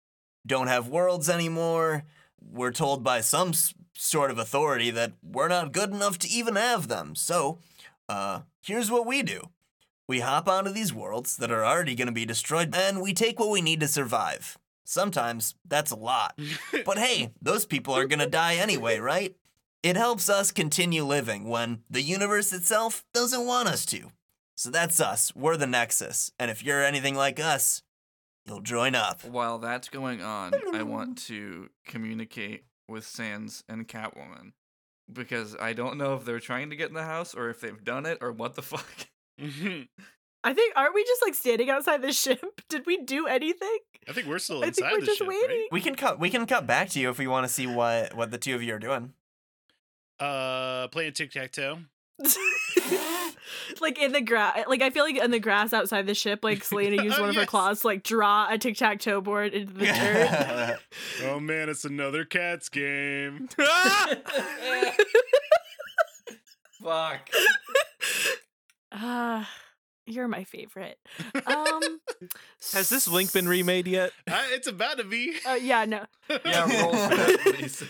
Speaker 5: Don't have worlds anymore. We're told by some s- sort of authority that we're not good enough to even have them. So, uh, here's what we do we hop onto these worlds that are already going to be destroyed, and we take what we need to survive. Sometimes that's a lot. But hey, those people are going to die anyway, right? It helps us continue living when the universe itself doesn't want us to. So that's us. We're the Nexus. And if you're anything like us, you'll join up.
Speaker 2: While that's going on, I want to communicate with Sans and Catwoman because I don't know if they're trying to get in the house or if they've done it or what the fuck.
Speaker 3: I think aren't we just like standing outside the ship? Did we do anything?
Speaker 6: I think we're still
Speaker 3: I
Speaker 6: inside
Speaker 3: think we're
Speaker 6: the
Speaker 3: just
Speaker 6: ship, right?
Speaker 3: waiting.
Speaker 5: We can cut we can cut back to you if we want to see what what the two of you are doing.
Speaker 6: Uh, playing tic tac toe.
Speaker 3: like in the grass, like I feel like in the grass outside the ship, like Selena used
Speaker 6: Oh,
Speaker 3: one of her
Speaker 6: yes.
Speaker 3: claws to like draw a tic tac toe board into the dirt.
Speaker 6: Oh man, it's another cats game.
Speaker 2: Fuck.
Speaker 3: Ah, you're my favorite. Um,
Speaker 1: Has this link been remade yet?
Speaker 6: Uh, it's about to be. Oh,
Speaker 3: Uh, yeah, no.
Speaker 2: Yeah, roll for that, please.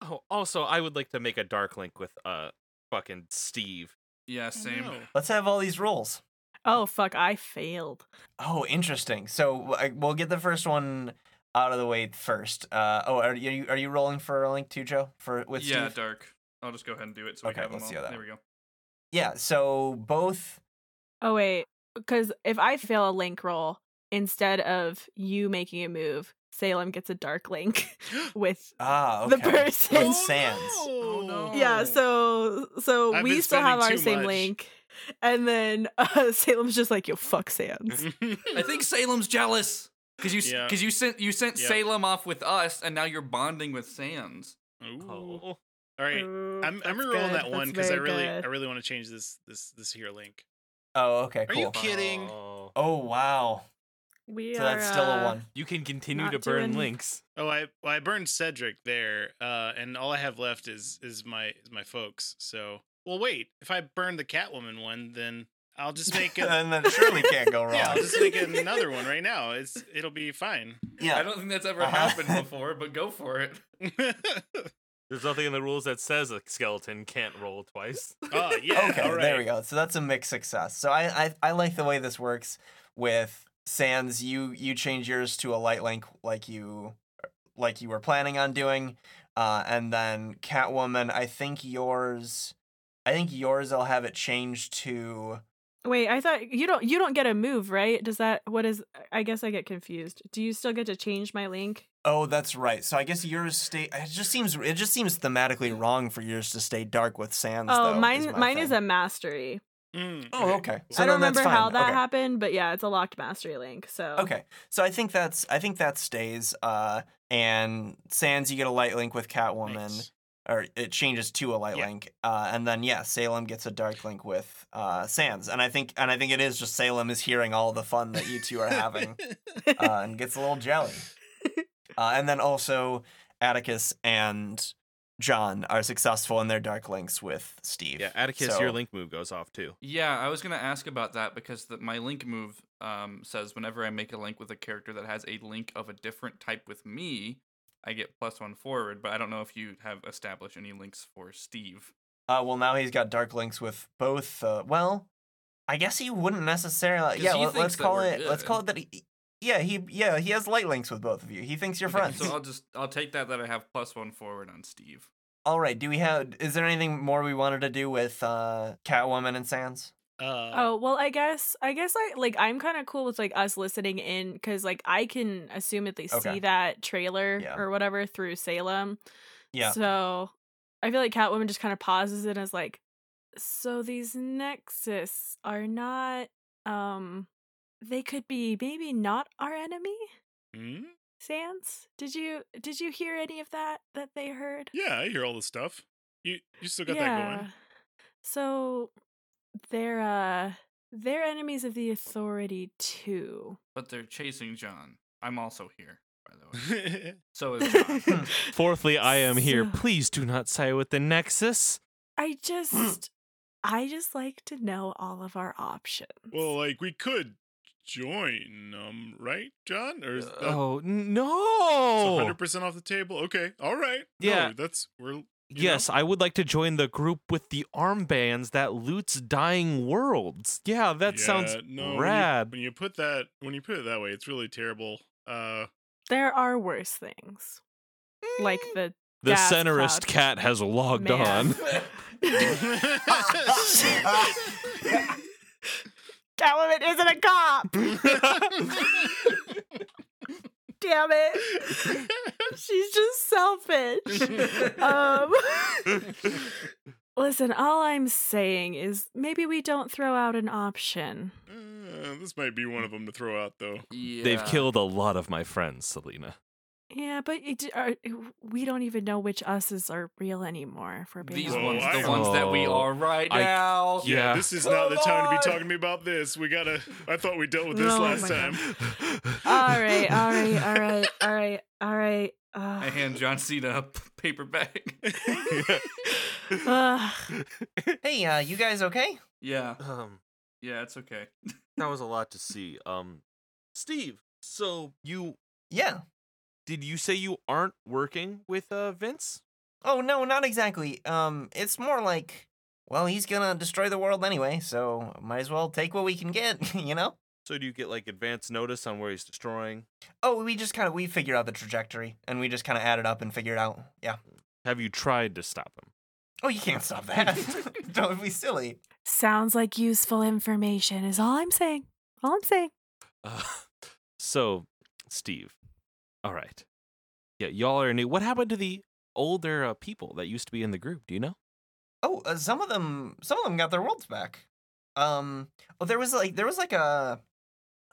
Speaker 1: Oh, also, I would like to make a dark link with uh fucking Steve.
Speaker 2: Yeah, same.
Speaker 5: Let's have all these rolls.
Speaker 3: Oh fuck, I failed.
Speaker 5: Oh, interesting. So I- we'll get the first one out of the way first. Uh, oh, are you are you rolling for a link too, Joe? For with
Speaker 2: yeah,
Speaker 5: Steve?
Speaker 2: dark. I'll just go ahead and do it so
Speaker 5: Okay,
Speaker 2: we have them
Speaker 5: let's
Speaker 2: all.
Speaker 5: see how that-
Speaker 2: There we go.
Speaker 5: Yeah. So both.
Speaker 3: Oh wait, because if I fail a link roll instead of you making a move, Salem gets a dark link with.
Speaker 5: Ah, okay.
Speaker 3: The person.
Speaker 5: With Sans.
Speaker 2: Oh, no.
Speaker 3: Yeah, so so
Speaker 6: I've
Speaker 3: we
Speaker 6: been
Speaker 3: still have
Speaker 6: spending
Speaker 3: our
Speaker 6: too
Speaker 3: same
Speaker 6: much.
Speaker 3: link, and then uh, Salem's just like, "Yo, fuck Sans."
Speaker 6: Mm-hmm.
Speaker 2: I think Salem's jealous because you
Speaker 6: Yeah.
Speaker 2: because you sent you sent
Speaker 6: Yeah.
Speaker 2: Salem off with us, and now you're bonding with Sans.
Speaker 6: Ooh. All
Speaker 1: Oh.
Speaker 6: right,
Speaker 3: Ooh,
Speaker 6: I'm I'm
Speaker 3: that's
Speaker 6: rerolling
Speaker 3: good.
Speaker 6: that one
Speaker 3: That's
Speaker 6: because I
Speaker 3: very
Speaker 6: really
Speaker 3: good.
Speaker 6: I really want to change this this this here link.
Speaker 5: Oh, okay.
Speaker 6: Are
Speaker 5: Cool.
Speaker 6: you Kidding.
Speaker 1: Oh.
Speaker 5: Oh wow.
Speaker 3: we
Speaker 5: So that's still
Speaker 3: are,
Speaker 5: a
Speaker 3: uh,
Speaker 5: one.
Speaker 1: You can continue
Speaker 3: Not
Speaker 1: to burn
Speaker 3: doing-
Speaker 1: links.
Speaker 6: Oh, I well, I burned Cedric there, uh, and all I have left is is my is my folks. So, well, wait. If I burn the Catwoman one, then I'll just make a
Speaker 5: and that surely can't go wrong.
Speaker 6: yeah, I'll just make another one right now. It's it'll be fine.
Speaker 5: Yeah.
Speaker 2: I don't think that's ever
Speaker 5: Uh-huh.
Speaker 2: happened before, but go for it.
Speaker 6: Ah,
Speaker 1: There's nothing in the rules that says a skeleton can't roll twice.
Speaker 6: oh yeah.
Speaker 5: okay,
Speaker 6: all right.
Speaker 5: there we go. So that's a mixed success. So I, I I like the way this works with Sans, you you change yours to a light link like you like you were planning on doing, uh, and then Catwoman, I think yours, I think yours, I'll have it changed to.
Speaker 3: Wait, I thought you don't you don't get a move, right? Does that what is I guess I get confused. Do you still get to change my link?
Speaker 5: Oh, that's right. So I guess yours stay. It just seems it just seems thematically wrong for yours to stay dark with Sans.
Speaker 3: oh,
Speaker 5: though, is
Speaker 3: mine
Speaker 5: my
Speaker 3: mine is
Speaker 5: thing.
Speaker 3: a mastery.
Speaker 6: Mm,
Speaker 5: Oh, okay. So
Speaker 3: I don't
Speaker 5: then that's
Speaker 3: remember
Speaker 5: fine.
Speaker 3: how that
Speaker 5: okay.
Speaker 3: happened, but yeah, it's a locked mastery link. So
Speaker 5: Okay, so I think that's I think that stays. Uh, and Sans, you get a light link with Catwoman,
Speaker 6: nice.
Speaker 5: or it changes to a light
Speaker 6: Yeah.
Speaker 5: link. Uh, and then yeah, Salem gets a dark link with uh Sans, and I think and I think it is just Salem is hearing all the fun that you two are having, uh, and gets a little jelly. Uh, and then also Atticus and John are successful in their dark links with Steve.
Speaker 1: Yeah, Atticus,
Speaker 5: So-
Speaker 1: your link move goes off too.
Speaker 2: Yeah, I was gonna ask about that because the, my link move um, says whenever I make a link with a character that has a link of a different type with me, I get plus one forward. But I don't know if you have established any links for Steve.
Speaker 5: Uh, well, now he's got dark links with both. Uh, well, I guess he wouldn't necessarily.
Speaker 2: 'Cause
Speaker 5: Yeah,
Speaker 2: he
Speaker 5: let,
Speaker 2: thinks
Speaker 5: us
Speaker 2: that
Speaker 5: call
Speaker 2: we're
Speaker 5: it. Let's call it
Speaker 2: good.
Speaker 5: that. He, yeah, he. Yeah, he has light links with both of you. He thinks you're
Speaker 2: Okay,
Speaker 5: friends.
Speaker 2: so I'll just I'll take that that I have plus one forward on Steve.
Speaker 5: All right. Do we have? Is there anything more we wanted to do with uh, Catwoman and Sans?
Speaker 6: Uh,
Speaker 3: Oh well, I guess I guess I like I'm kind of cool with like us listening in because like I can assume that they
Speaker 5: Okay.
Speaker 3: see that trailer
Speaker 5: Yeah.
Speaker 3: or whatever through Salem.
Speaker 5: Yeah.
Speaker 3: So I feel like Catwoman just kind of pauses and is like, "So these Nexus are not, um, they could be maybe not our enemy."
Speaker 6: hmm?
Speaker 3: Sans, did you did you hear any of that that they heard?
Speaker 6: Yeah, I hear all the stuff. You you still got that going.
Speaker 3: So they're uh they're enemies of the authority too.
Speaker 2: But they're chasing John. I'm also here, by the way.
Speaker 6: I
Speaker 2: So is John.
Speaker 6: Hmm.
Speaker 1: Fourthly, I am here.
Speaker 3: So-
Speaker 1: Please do not side with the Nexus.
Speaker 3: I
Speaker 6: Hmm.
Speaker 3: just I just like to know all of our options.
Speaker 6: well, uh like we could join, um, right, John? Or is that
Speaker 1: Oh no!
Speaker 6: hundred percent off the table? Okay, all right. No,
Speaker 1: oh. Yeah.
Speaker 6: that's we're you know?
Speaker 1: Yes, I would like to join the group with the armbands that loots dying worlds. Yeah, that sounds
Speaker 6: Yeah, no, when you-
Speaker 1: rad.
Speaker 6: When you, put that when you put it that way, it's really terrible. Uh,
Speaker 3: there are worse things. Like
Speaker 6: Eh.
Speaker 3: the
Speaker 1: the
Speaker 3: gas
Speaker 1: centerist
Speaker 3: cloud
Speaker 1: cat has logged
Speaker 3: man.
Speaker 1: on.
Speaker 3: That woman isn't a cop. Damn it. She's just selfish. um, listen, all I'm saying is maybe we don't throw out an option.
Speaker 6: uh, this might be one of them to throw out, though.
Speaker 2: yeah.
Speaker 1: They've killed a lot of my friends, Selena.
Speaker 3: Yeah, but it, are, we don't even know which us's are real anymore. For being
Speaker 2: these
Speaker 6: Oh,
Speaker 2: ones,
Speaker 3: honest.
Speaker 6: I
Speaker 2: the
Speaker 6: am-
Speaker 2: ones that we
Speaker 1: Oh,
Speaker 2: are right
Speaker 1: I-
Speaker 2: now.
Speaker 1: Yeah.
Speaker 6: this is not the
Speaker 5: Come
Speaker 6: time to
Speaker 5: on.
Speaker 6: be talking to me about this. We gotta. I thought we dealt with this
Speaker 3: Oh
Speaker 6: last
Speaker 3: my
Speaker 6: time.
Speaker 3: All right, all right, all right, all right, all right. Ugh.
Speaker 2: I hand John Cena a p- paper bag.
Speaker 3: Ugh.
Speaker 5: hey, uh, you guys okay?
Speaker 2: yeah,
Speaker 1: Um,
Speaker 2: yeah, it's okay.
Speaker 1: that was a lot to see. Um, Steve, so you
Speaker 5: Yeah.
Speaker 1: did you say you aren't working with uh Vince?
Speaker 5: Oh no, not exactly. Um, it's more like, well, he's gonna destroy the world anyway, so might as well take what we can get. You know.
Speaker 1: So do you get like advance notice on where he's destroying?
Speaker 5: Oh, we just kind of we figure out the trajectory, and we just kind of add it up and figure it out. Yeah.
Speaker 1: Have you tried to stop him?
Speaker 5: Oh, you can't stop that. Don't be silly.
Speaker 3: Sounds like useful information is all I'm saying. All I'm saying.
Speaker 1: Uh, so, Steve. All right. Yeah, y'all are new. What happened to the older uh, people that used to be in the group? Do you know?
Speaker 5: Oh, uh, some of them, some of them got their worlds back. Um. Oh, there was like there was like a,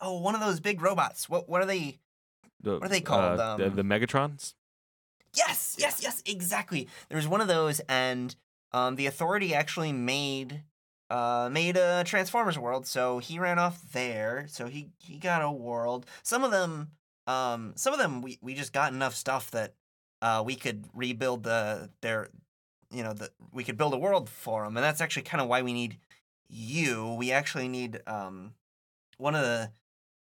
Speaker 5: oh, one of those big robots. What what are they?
Speaker 1: The,
Speaker 5: What are they called?
Speaker 1: uh, the,
Speaker 5: Um,
Speaker 1: the Megatrons.
Speaker 5: Yes, yes, yes, exactly. There was one of those, and um, the authority actually made uh, made a Transformers world. So he ran off there. So he he got a world. Some of them, um, some of them, we, we just got enough stuff that uh, we could rebuild the their, you know, the we could build a world for them, and that's actually kind of why we need you. We actually need um, one of the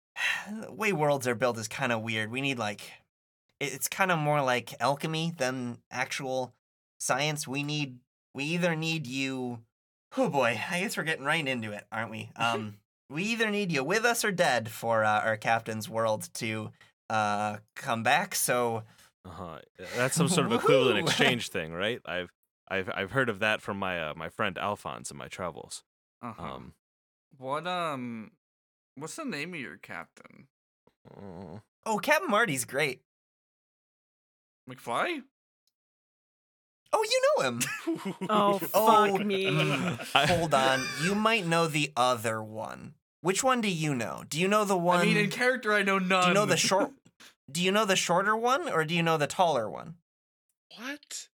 Speaker 5: the way worlds are built is kind of weird. We need like it- it's kind of more like alchemy than actual science. We need we either need you. Oh boy, I guess we're getting right into it, aren't we? Um, we either need you with us or dead for uh, our captain's world to uh, come back. So
Speaker 1: Uh-huh. That's some sort of equivalent
Speaker 5: Woohoo!
Speaker 1: exchange thing, right? I've I've I've heard of that from my uh, my friend Alphonse in my travels.
Speaker 2: Uh-huh.
Speaker 1: Um,
Speaker 2: what um, what's the name of your captain?
Speaker 1: oh,
Speaker 5: oh, Captain Marty's great.
Speaker 2: McFly?
Speaker 5: Oh, you know him.
Speaker 3: Oh, fuck
Speaker 5: Oh.
Speaker 3: me.
Speaker 1: I-
Speaker 5: Hold on, you might know the other one. Which one do you know? Do you know the one?
Speaker 2: I mean, in character, I know none.
Speaker 5: do you know the short? do you know the shorter one or do you know the taller one?
Speaker 6: What?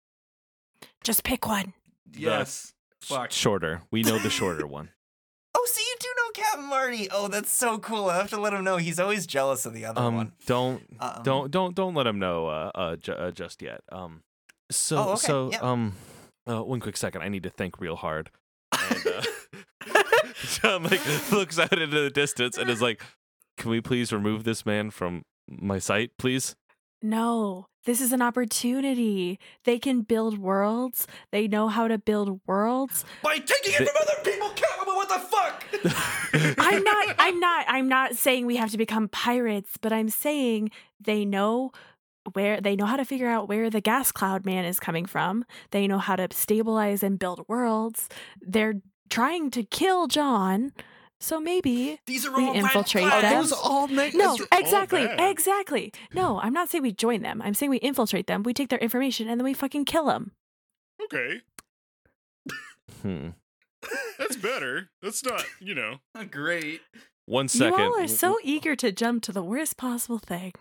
Speaker 3: Just pick one.
Speaker 2: yes.
Speaker 1: sh-
Speaker 2: Fuck.
Speaker 1: Shorter. We know the shorter one.
Speaker 5: Oh, so you do know Captain Marty. Oh, that's so cool. I have to let him know. He's always jealous of the other
Speaker 1: Um,
Speaker 5: one.
Speaker 1: don't
Speaker 5: Um,
Speaker 1: don't don't don't let him know uh, uh, ju- uh just yet. Um, so
Speaker 5: Oh, okay,
Speaker 1: so
Speaker 5: yeah.
Speaker 1: um, uh, one quick second. I need to think real hard. And, uh, John like looks out into the distance and is like, "Can we please remove this man from my sight, please?"
Speaker 3: No, this is an opportunity. They can build worlds. They know how to build worlds.
Speaker 5: By taking it
Speaker 1: Th-
Speaker 5: from other people, Catwoman, what the fuck?
Speaker 3: I'm not I'm not I'm not saying we have to become pirates, but I'm saying they know where they know how to figure out where the gas cloud man is coming from. They know how to stabilize and build worlds. They're trying to kill John. So maybe
Speaker 5: These are
Speaker 3: We all bad infiltrate flags. them? Those
Speaker 5: all night?
Speaker 3: No,
Speaker 6: all
Speaker 3: exactly.
Speaker 6: bad.
Speaker 3: Exactly. No, I'm not saying we join them. I'm saying we infiltrate them. We take their information and then we fucking kill them.
Speaker 6: Okay,
Speaker 1: Hmm.
Speaker 6: that's better. That's not, you know.
Speaker 2: Great.
Speaker 1: One
Speaker 3: You
Speaker 1: second. Mm,
Speaker 3: all are
Speaker 1: W-
Speaker 3: so eager to jump to the worst possible thing.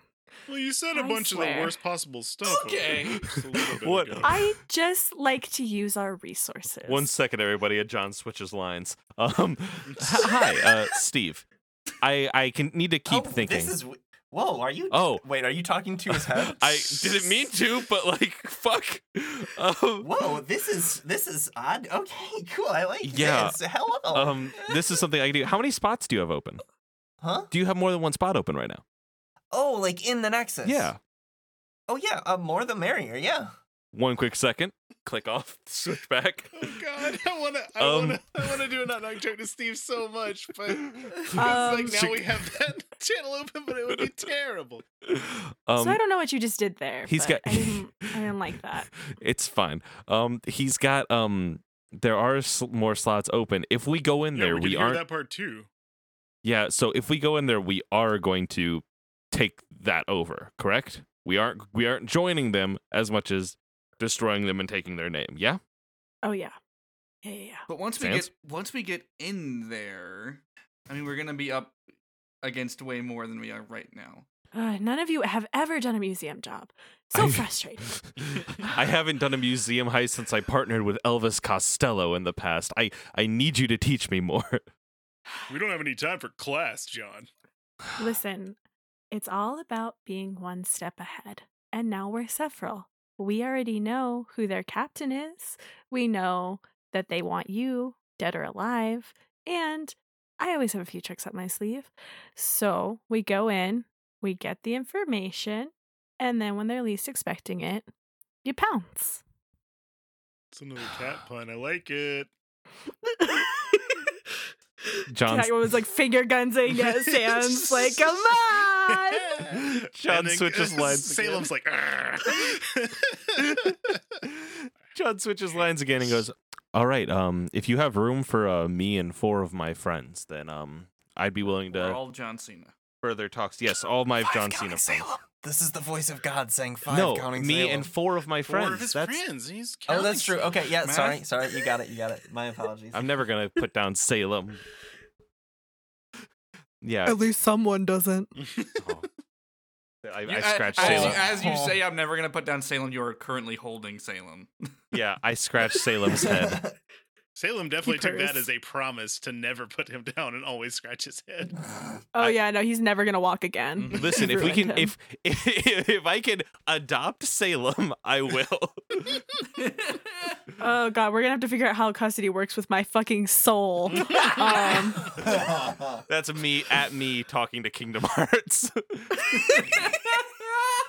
Speaker 6: Well, you said a
Speaker 3: I
Speaker 6: bunch of the
Speaker 3: swear.
Speaker 6: worst possible stuff.
Speaker 2: Okay.
Speaker 6: just a little bit
Speaker 1: What-
Speaker 6: ago.
Speaker 3: I just like to use our resources.
Speaker 1: One second, everybody. And John switches lines. Um, h- hi, uh, Steve. I I can need to keep thinking.
Speaker 5: Oh, This is. w- Whoa, are you?
Speaker 1: Oh.
Speaker 5: wait, are you talking to his head?
Speaker 1: I didn't mean to, but like, fuck. Um,
Speaker 5: Whoa, this is this is odd. Okay, cool. I like
Speaker 1: Yeah.
Speaker 5: this. Hello.
Speaker 1: um, this is something I can do. How many spots do you have open?
Speaker 5: huh?
Speaker 1: Do you have more than one spot open right now?
Speaker 5: Oh, like in the Nexus.
Speaker 1: Yeah.
Speaker 5: Oh yeah. Uh, more the merrier. Yeah.
Speaker 1: One quick second. Click off. Switch back.
Speaker 6: Oh God, I wanna, I
Speaker 1: Um,
Speaker 6: wanna, I wanna do an unknown joke to Steve so much, but it's
Speaker 3: Um,
Speaker 6: like now we have that channel open, but it would be terrible.
Speaker 1: Um,
Speaker 3: so I don't know what you just did there.
Speaker 1: he's
Speaker 3: He's
Speaker 1: got-
Speaker 3: got. I didn't, I didn't like that.
Speaker 1: it's fine. Um, he's got um. There are sl- more slots open. If we go in
Speaker 6: Yeah,
Speaker 1: there,
Speaker 6: we, could hear
Speaker 1: aren't.
Speaker 6: that part too.
Speaker 1: Yeah, so if we go in there, we are going to take that over, correct? We aren't we aren't joining them as much as destroying them and taking their name. Yeah?
Speaker 3: Oh yeah, yeah, yeah. yeah.
Speaker 2: But once we
Speaker 1: Sans?
Speaker 2: get once we get in there, I mean, we're gonna be up against way more than we are right now.
Speaker 3: Ugh, none of you have ever done a museum job. So
Speaker 1: I-
Speaker 3: frustrating.
Speaker 1: I haven't done a museum heist since I partnered with Elvis Costello in the past. I I need you to teach me more.
Speaker 6: We don't have any time for class, John.
Speaker 3: Listen, it's all about being one step ahead. And now we're several. We already know who their captain is. We know that they want you, dead or alive. And I always have a few tricks up my sleeve. So we go in, we get the information, and then when they're least expecting it, you pounce.
Speaker 6: It's another cat pun. I like it.
Speaker 1: John's-
Speaker 3: Catwoman was like finger guns in his hands, like, come on.
Speaker 1: John
Speaker 6: And then-
Speaker 1: switches lines
Speaker 6: Salem's like, "Argh."
Speaker 1: John switches lines again and goes, "All right, um if you have room for uh, me and four of my friends, then um I'd be willing
Speaker 2: We're
Speaker 1: to
Speaker 2: all John Cena.
Speaker 1: further talks. Yes, all my
Speaker 5: Five
Speaker 1: John Cena
Speaker 5: counting
Speaker 1: friends.
Speaker 5: Salem. This is the voice of God saying five
Speaker 1: no,
Speaker 5: counting
Speaker 1: me
Speaker 5: Salem.
Speaker 1: and four of my friends.
Speaker 6: Four of his
Speaker 1: That's-
Speaker 6: friends. He's
Speaker 5: Oh, that's true.
Speaker 6: counting.
Speaker 5: Okay, yeah.
Speaker 2: Math?
Speaker 5: Sorry, sorry. You got it. You got it. My apologies.
Speaker 1: I'm never gonna put down Salem. Yeah,
Speaker 3: least someone doesn't.
Speaker 1: oh. I,
Speaker 2: You-
Speaker 1: I scratched
Speaker 2: as,
Speaker 1: Salem.
Speaker 2: You, as you
Speaker 5: Oh.
Speaker 2: say, I'm never gonna put down Salem. You are currently holding Salem.
Speaker 1: yeah, I scratched Salem's head.
Speaker 6: Salem definitely took that
Speaker 3: purrs.
Speaker 6: as a promise to never put him down and always scratch his head.
Speaker 3: Oh
Speaker 1: I-
Speaker 3: yeah, no, he's never gonna walk again.
Speaker 2: Mhm.
Speaker 1: Mm, Listen, if we
Speaker 3: Ruined
Speaker 1: can,
Speaker 3: him.
Speaker 1: if, if if I can adopt Salem, I will.
Speaker 3: Oh god, we're gonna have to figure out how custody works with my fucking soul. um,
Speaker 1: That's me at me talking to Kingdom Hearts.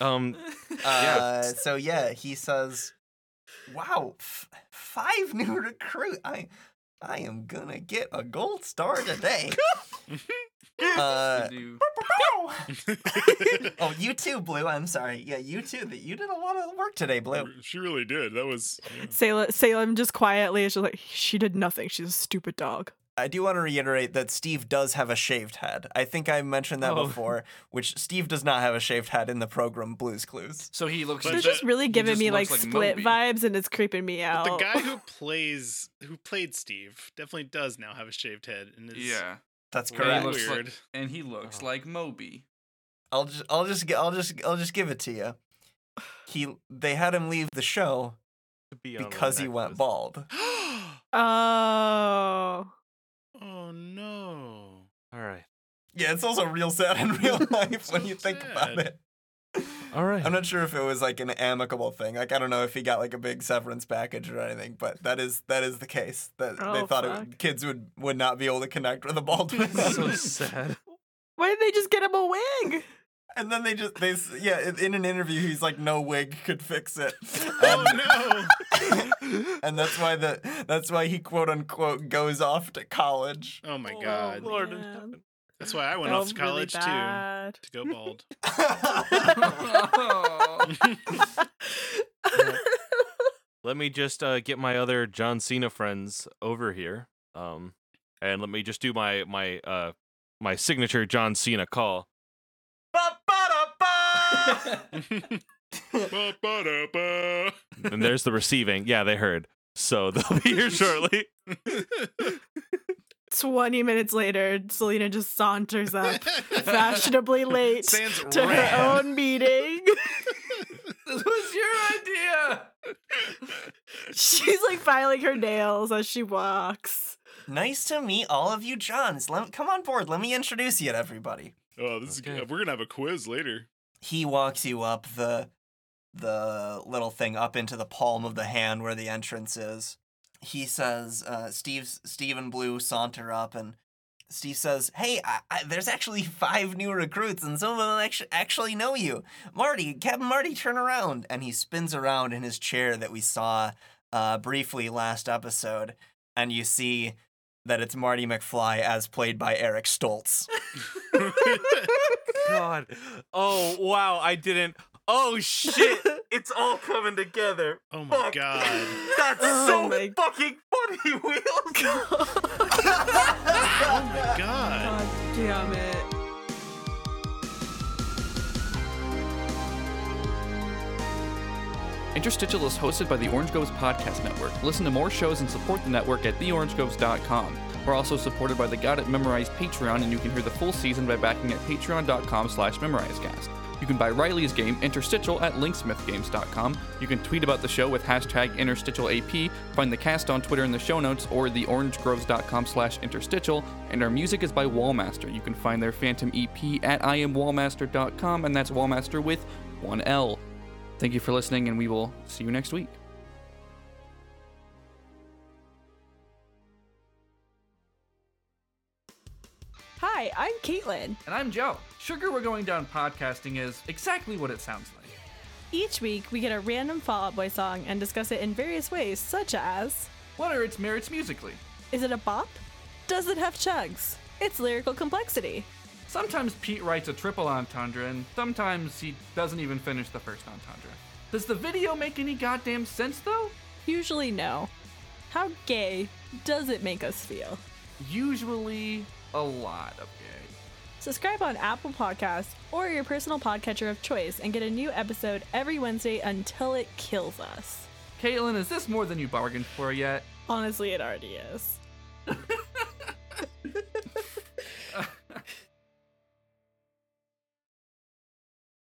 Speaker 1: um,
Speaker 5: Uh, so yeah, he says, "Wow, f- five new recruit. I I am gonna get a gold star today. uh,
Speaker 2: do.
Speaker 5: oh, you too, Blue. I'm sorry. Yeah, you too. That you did a lot of work today, Blue.
Speaker 6: She really did. That was. yeah.
Speaker 3: Salem, Salem just quietly is just like, she did nothing. She's a stupid dog.
Speaker 5: I do want to reiterate that Steve does have a shaved head. I think I mentioned that
Speaker 1: Oh.
Speaker 5: before, which Steve does not have a shaved head in the program Blues Clues.
Speaker 2: So he looks.
Speaker 6: But
Speaker 3: They're
Speaker 6: the-
Speaker 3: just really giving
Speaker 2: just
Speaker 3: me like
Speaker 2: looks like
Speaker 3: split
Speaker 2: Moby.
Speaker 3: vibes, and it's creeping me out.
Speaker 6: The guy who plays who played Steve definitely does now have a shaved head and is
Speaker 2: yeah,
Speaker 5: That's
Speaker 2: Well, he
Speaker 5: correct.
Speaker 2: looks like-
Speaker 6: weird.
Speaker 2: and he looks
Speaker 1: Oh.
Speaker 2: like Moby.
Speaker 5: I'll just, I'll just, gi- I'll just, I'll just give it to you. He, they had him leave the show
Speaker 1: Be on one
Speaker 5: because he
Speaker 1: neck
Speaker 5: went
Speaker 1: was-
Speaker 5: bald.
Speaker 3: oh,
Speaker 6: oh no.
Speaker 1: All right.
Speaker 5: Yeah, it's also real sad in real life when you think about
Speaker 6: Sad.
Speaker 5: it.
Speaker 1: All right.
Speaker 5: I'm not sure if it was like an amicable thing. Like I don't know if he got like a big severance package or anything, but that is that is the case. That they
Speaker 3: Oh,
Speaker 5: thought it
Speaker 3: fuck.
Speaker 5: would, kids would would not be able to connect with a bald man.
Speaker 1: so sad.
Speaker 3: why did they just get him a wig?
Speaker 5: and then they just they s- yeah in- in an interview he's like no wig could fix it.
Speaker 6: Oh no.
Speaker 5: no. and that's why the that's why he quote unquote goes off to college.
Speaker 6: Oh my god.
Speaker 1: Lord.
Speaker 3: man.
Speaker 1: heaven.
Speaker 6: That's why I went
Speaker 3: That
Speaker 6: off
Speaker 3: was
Speaker 6: to
Speaker 3: really
Speaker 6: college too
Speaker 3: bad.
Speaker 6: to go bald.
Speaker 2: Oh.
Speaker 1: Let me just uh, get my other John Cena friends over here. Um, and let me just do my my uh my signature John Cena call.
Speaker 5: Ba-ba-da-ba!
Speaker 6: Ba-ba-da-ba.
Speaker 1: And there's the receiving. Yeah, they heard. So they'll be here shortly.
Speaker 3: Twenty minutes later, Selena just saunters up, fashionably late
Speaker 6: Sans
Speaker 3: to her
Speaker 6: ran.
Speaker 3: own meeting.
Speaker 2: this was your idea.
Speaker 3: She's like filing her nails as she walks.
Speaker 5: Nice to meet all of you, Johns. Let, come on board. Let me introduce you to everybody.
Speaker 6: Oh, this is
Speaker 1: Okay.
Speaker 6: good. We're gonna have a quiz later.
Speaker 5: He walks you up the the little thing up into the palm of the hand where the entrance is. He says, uh, "Steve's Steve and Blue saunter up, and Steve says, "Hey, I, I, there's actually five new recruits, and some of them actually, actually know you. Marty, Captain Marty, turn around!" And he spins around in his chair that we saw uh, briefly last episode, and you see that it's Marty McFly as played by Eric Stoltz.
Speaker 6: Oh,
Speaker 1: God. Oh wow, I didn't. Oh shit! it's all coming together.
Speaker 6: Oh my
Speaker 1: Fuck.
Speaker 6: god.
Speaker 1: That's
Speaker 3: Oh
Speaker 1: so
Speaker 3: my-
Speaker 1: fucking funny, Will.
Speaker 5: oh my
Speaker 6: God.
Speaker 3: God damn it.
Speaker 2: Interstitial is hosted by the Orange Groves Podcast Network. Listen to more shows and support the network at theorangegroves.com. We're also supported by the Got It Memorized Patreon, and you can hear the full season by backing at patreon.com slash memorizecast. You can buy Riley's game, Interstitial, at linksmithgames.com. You can tweet about the show with hashtag interstitialap, find the cast on Twitter in the show notes, or theorangegroves.com slash interstitial, and our music is by Wallmaster. You can find their Phantom EP at iamwallmaster.com, and that's Wallmaster with one L. Thank you for listening, and we will see you next week.
Speaker 3: Hi, I'm Caitlin.
Speaker 2: And I'm Joe. Sugar We're Going Down podcasting is exactly what it sounds like.
Speaker 3: Each week, we get a random Fall Out Boy song and discuss it in various ways, such as
Speaker 2: What are its merits musically?
Speaker 3: Is it a bop? Does it have chugs? It's lyrical complexity.
Speaker 2: Sometimes Pete writes a triple entendre, and sometimes he doesn't even finish the first entendre. Does the video make any goddamn sense, though?
Speaker 3: Usually, no. How gay does it make us feel?
Speaker 2: Usually, a lot of gay.
Speaker 3: Subscribe on Apple Podcasts or your personal podcatcher of choice and get a new episode every Wednesday until it kills us.
Speaker 2: Caitlin, is this more than you bargained for yet?
Speaker 3: Honestly, it already is.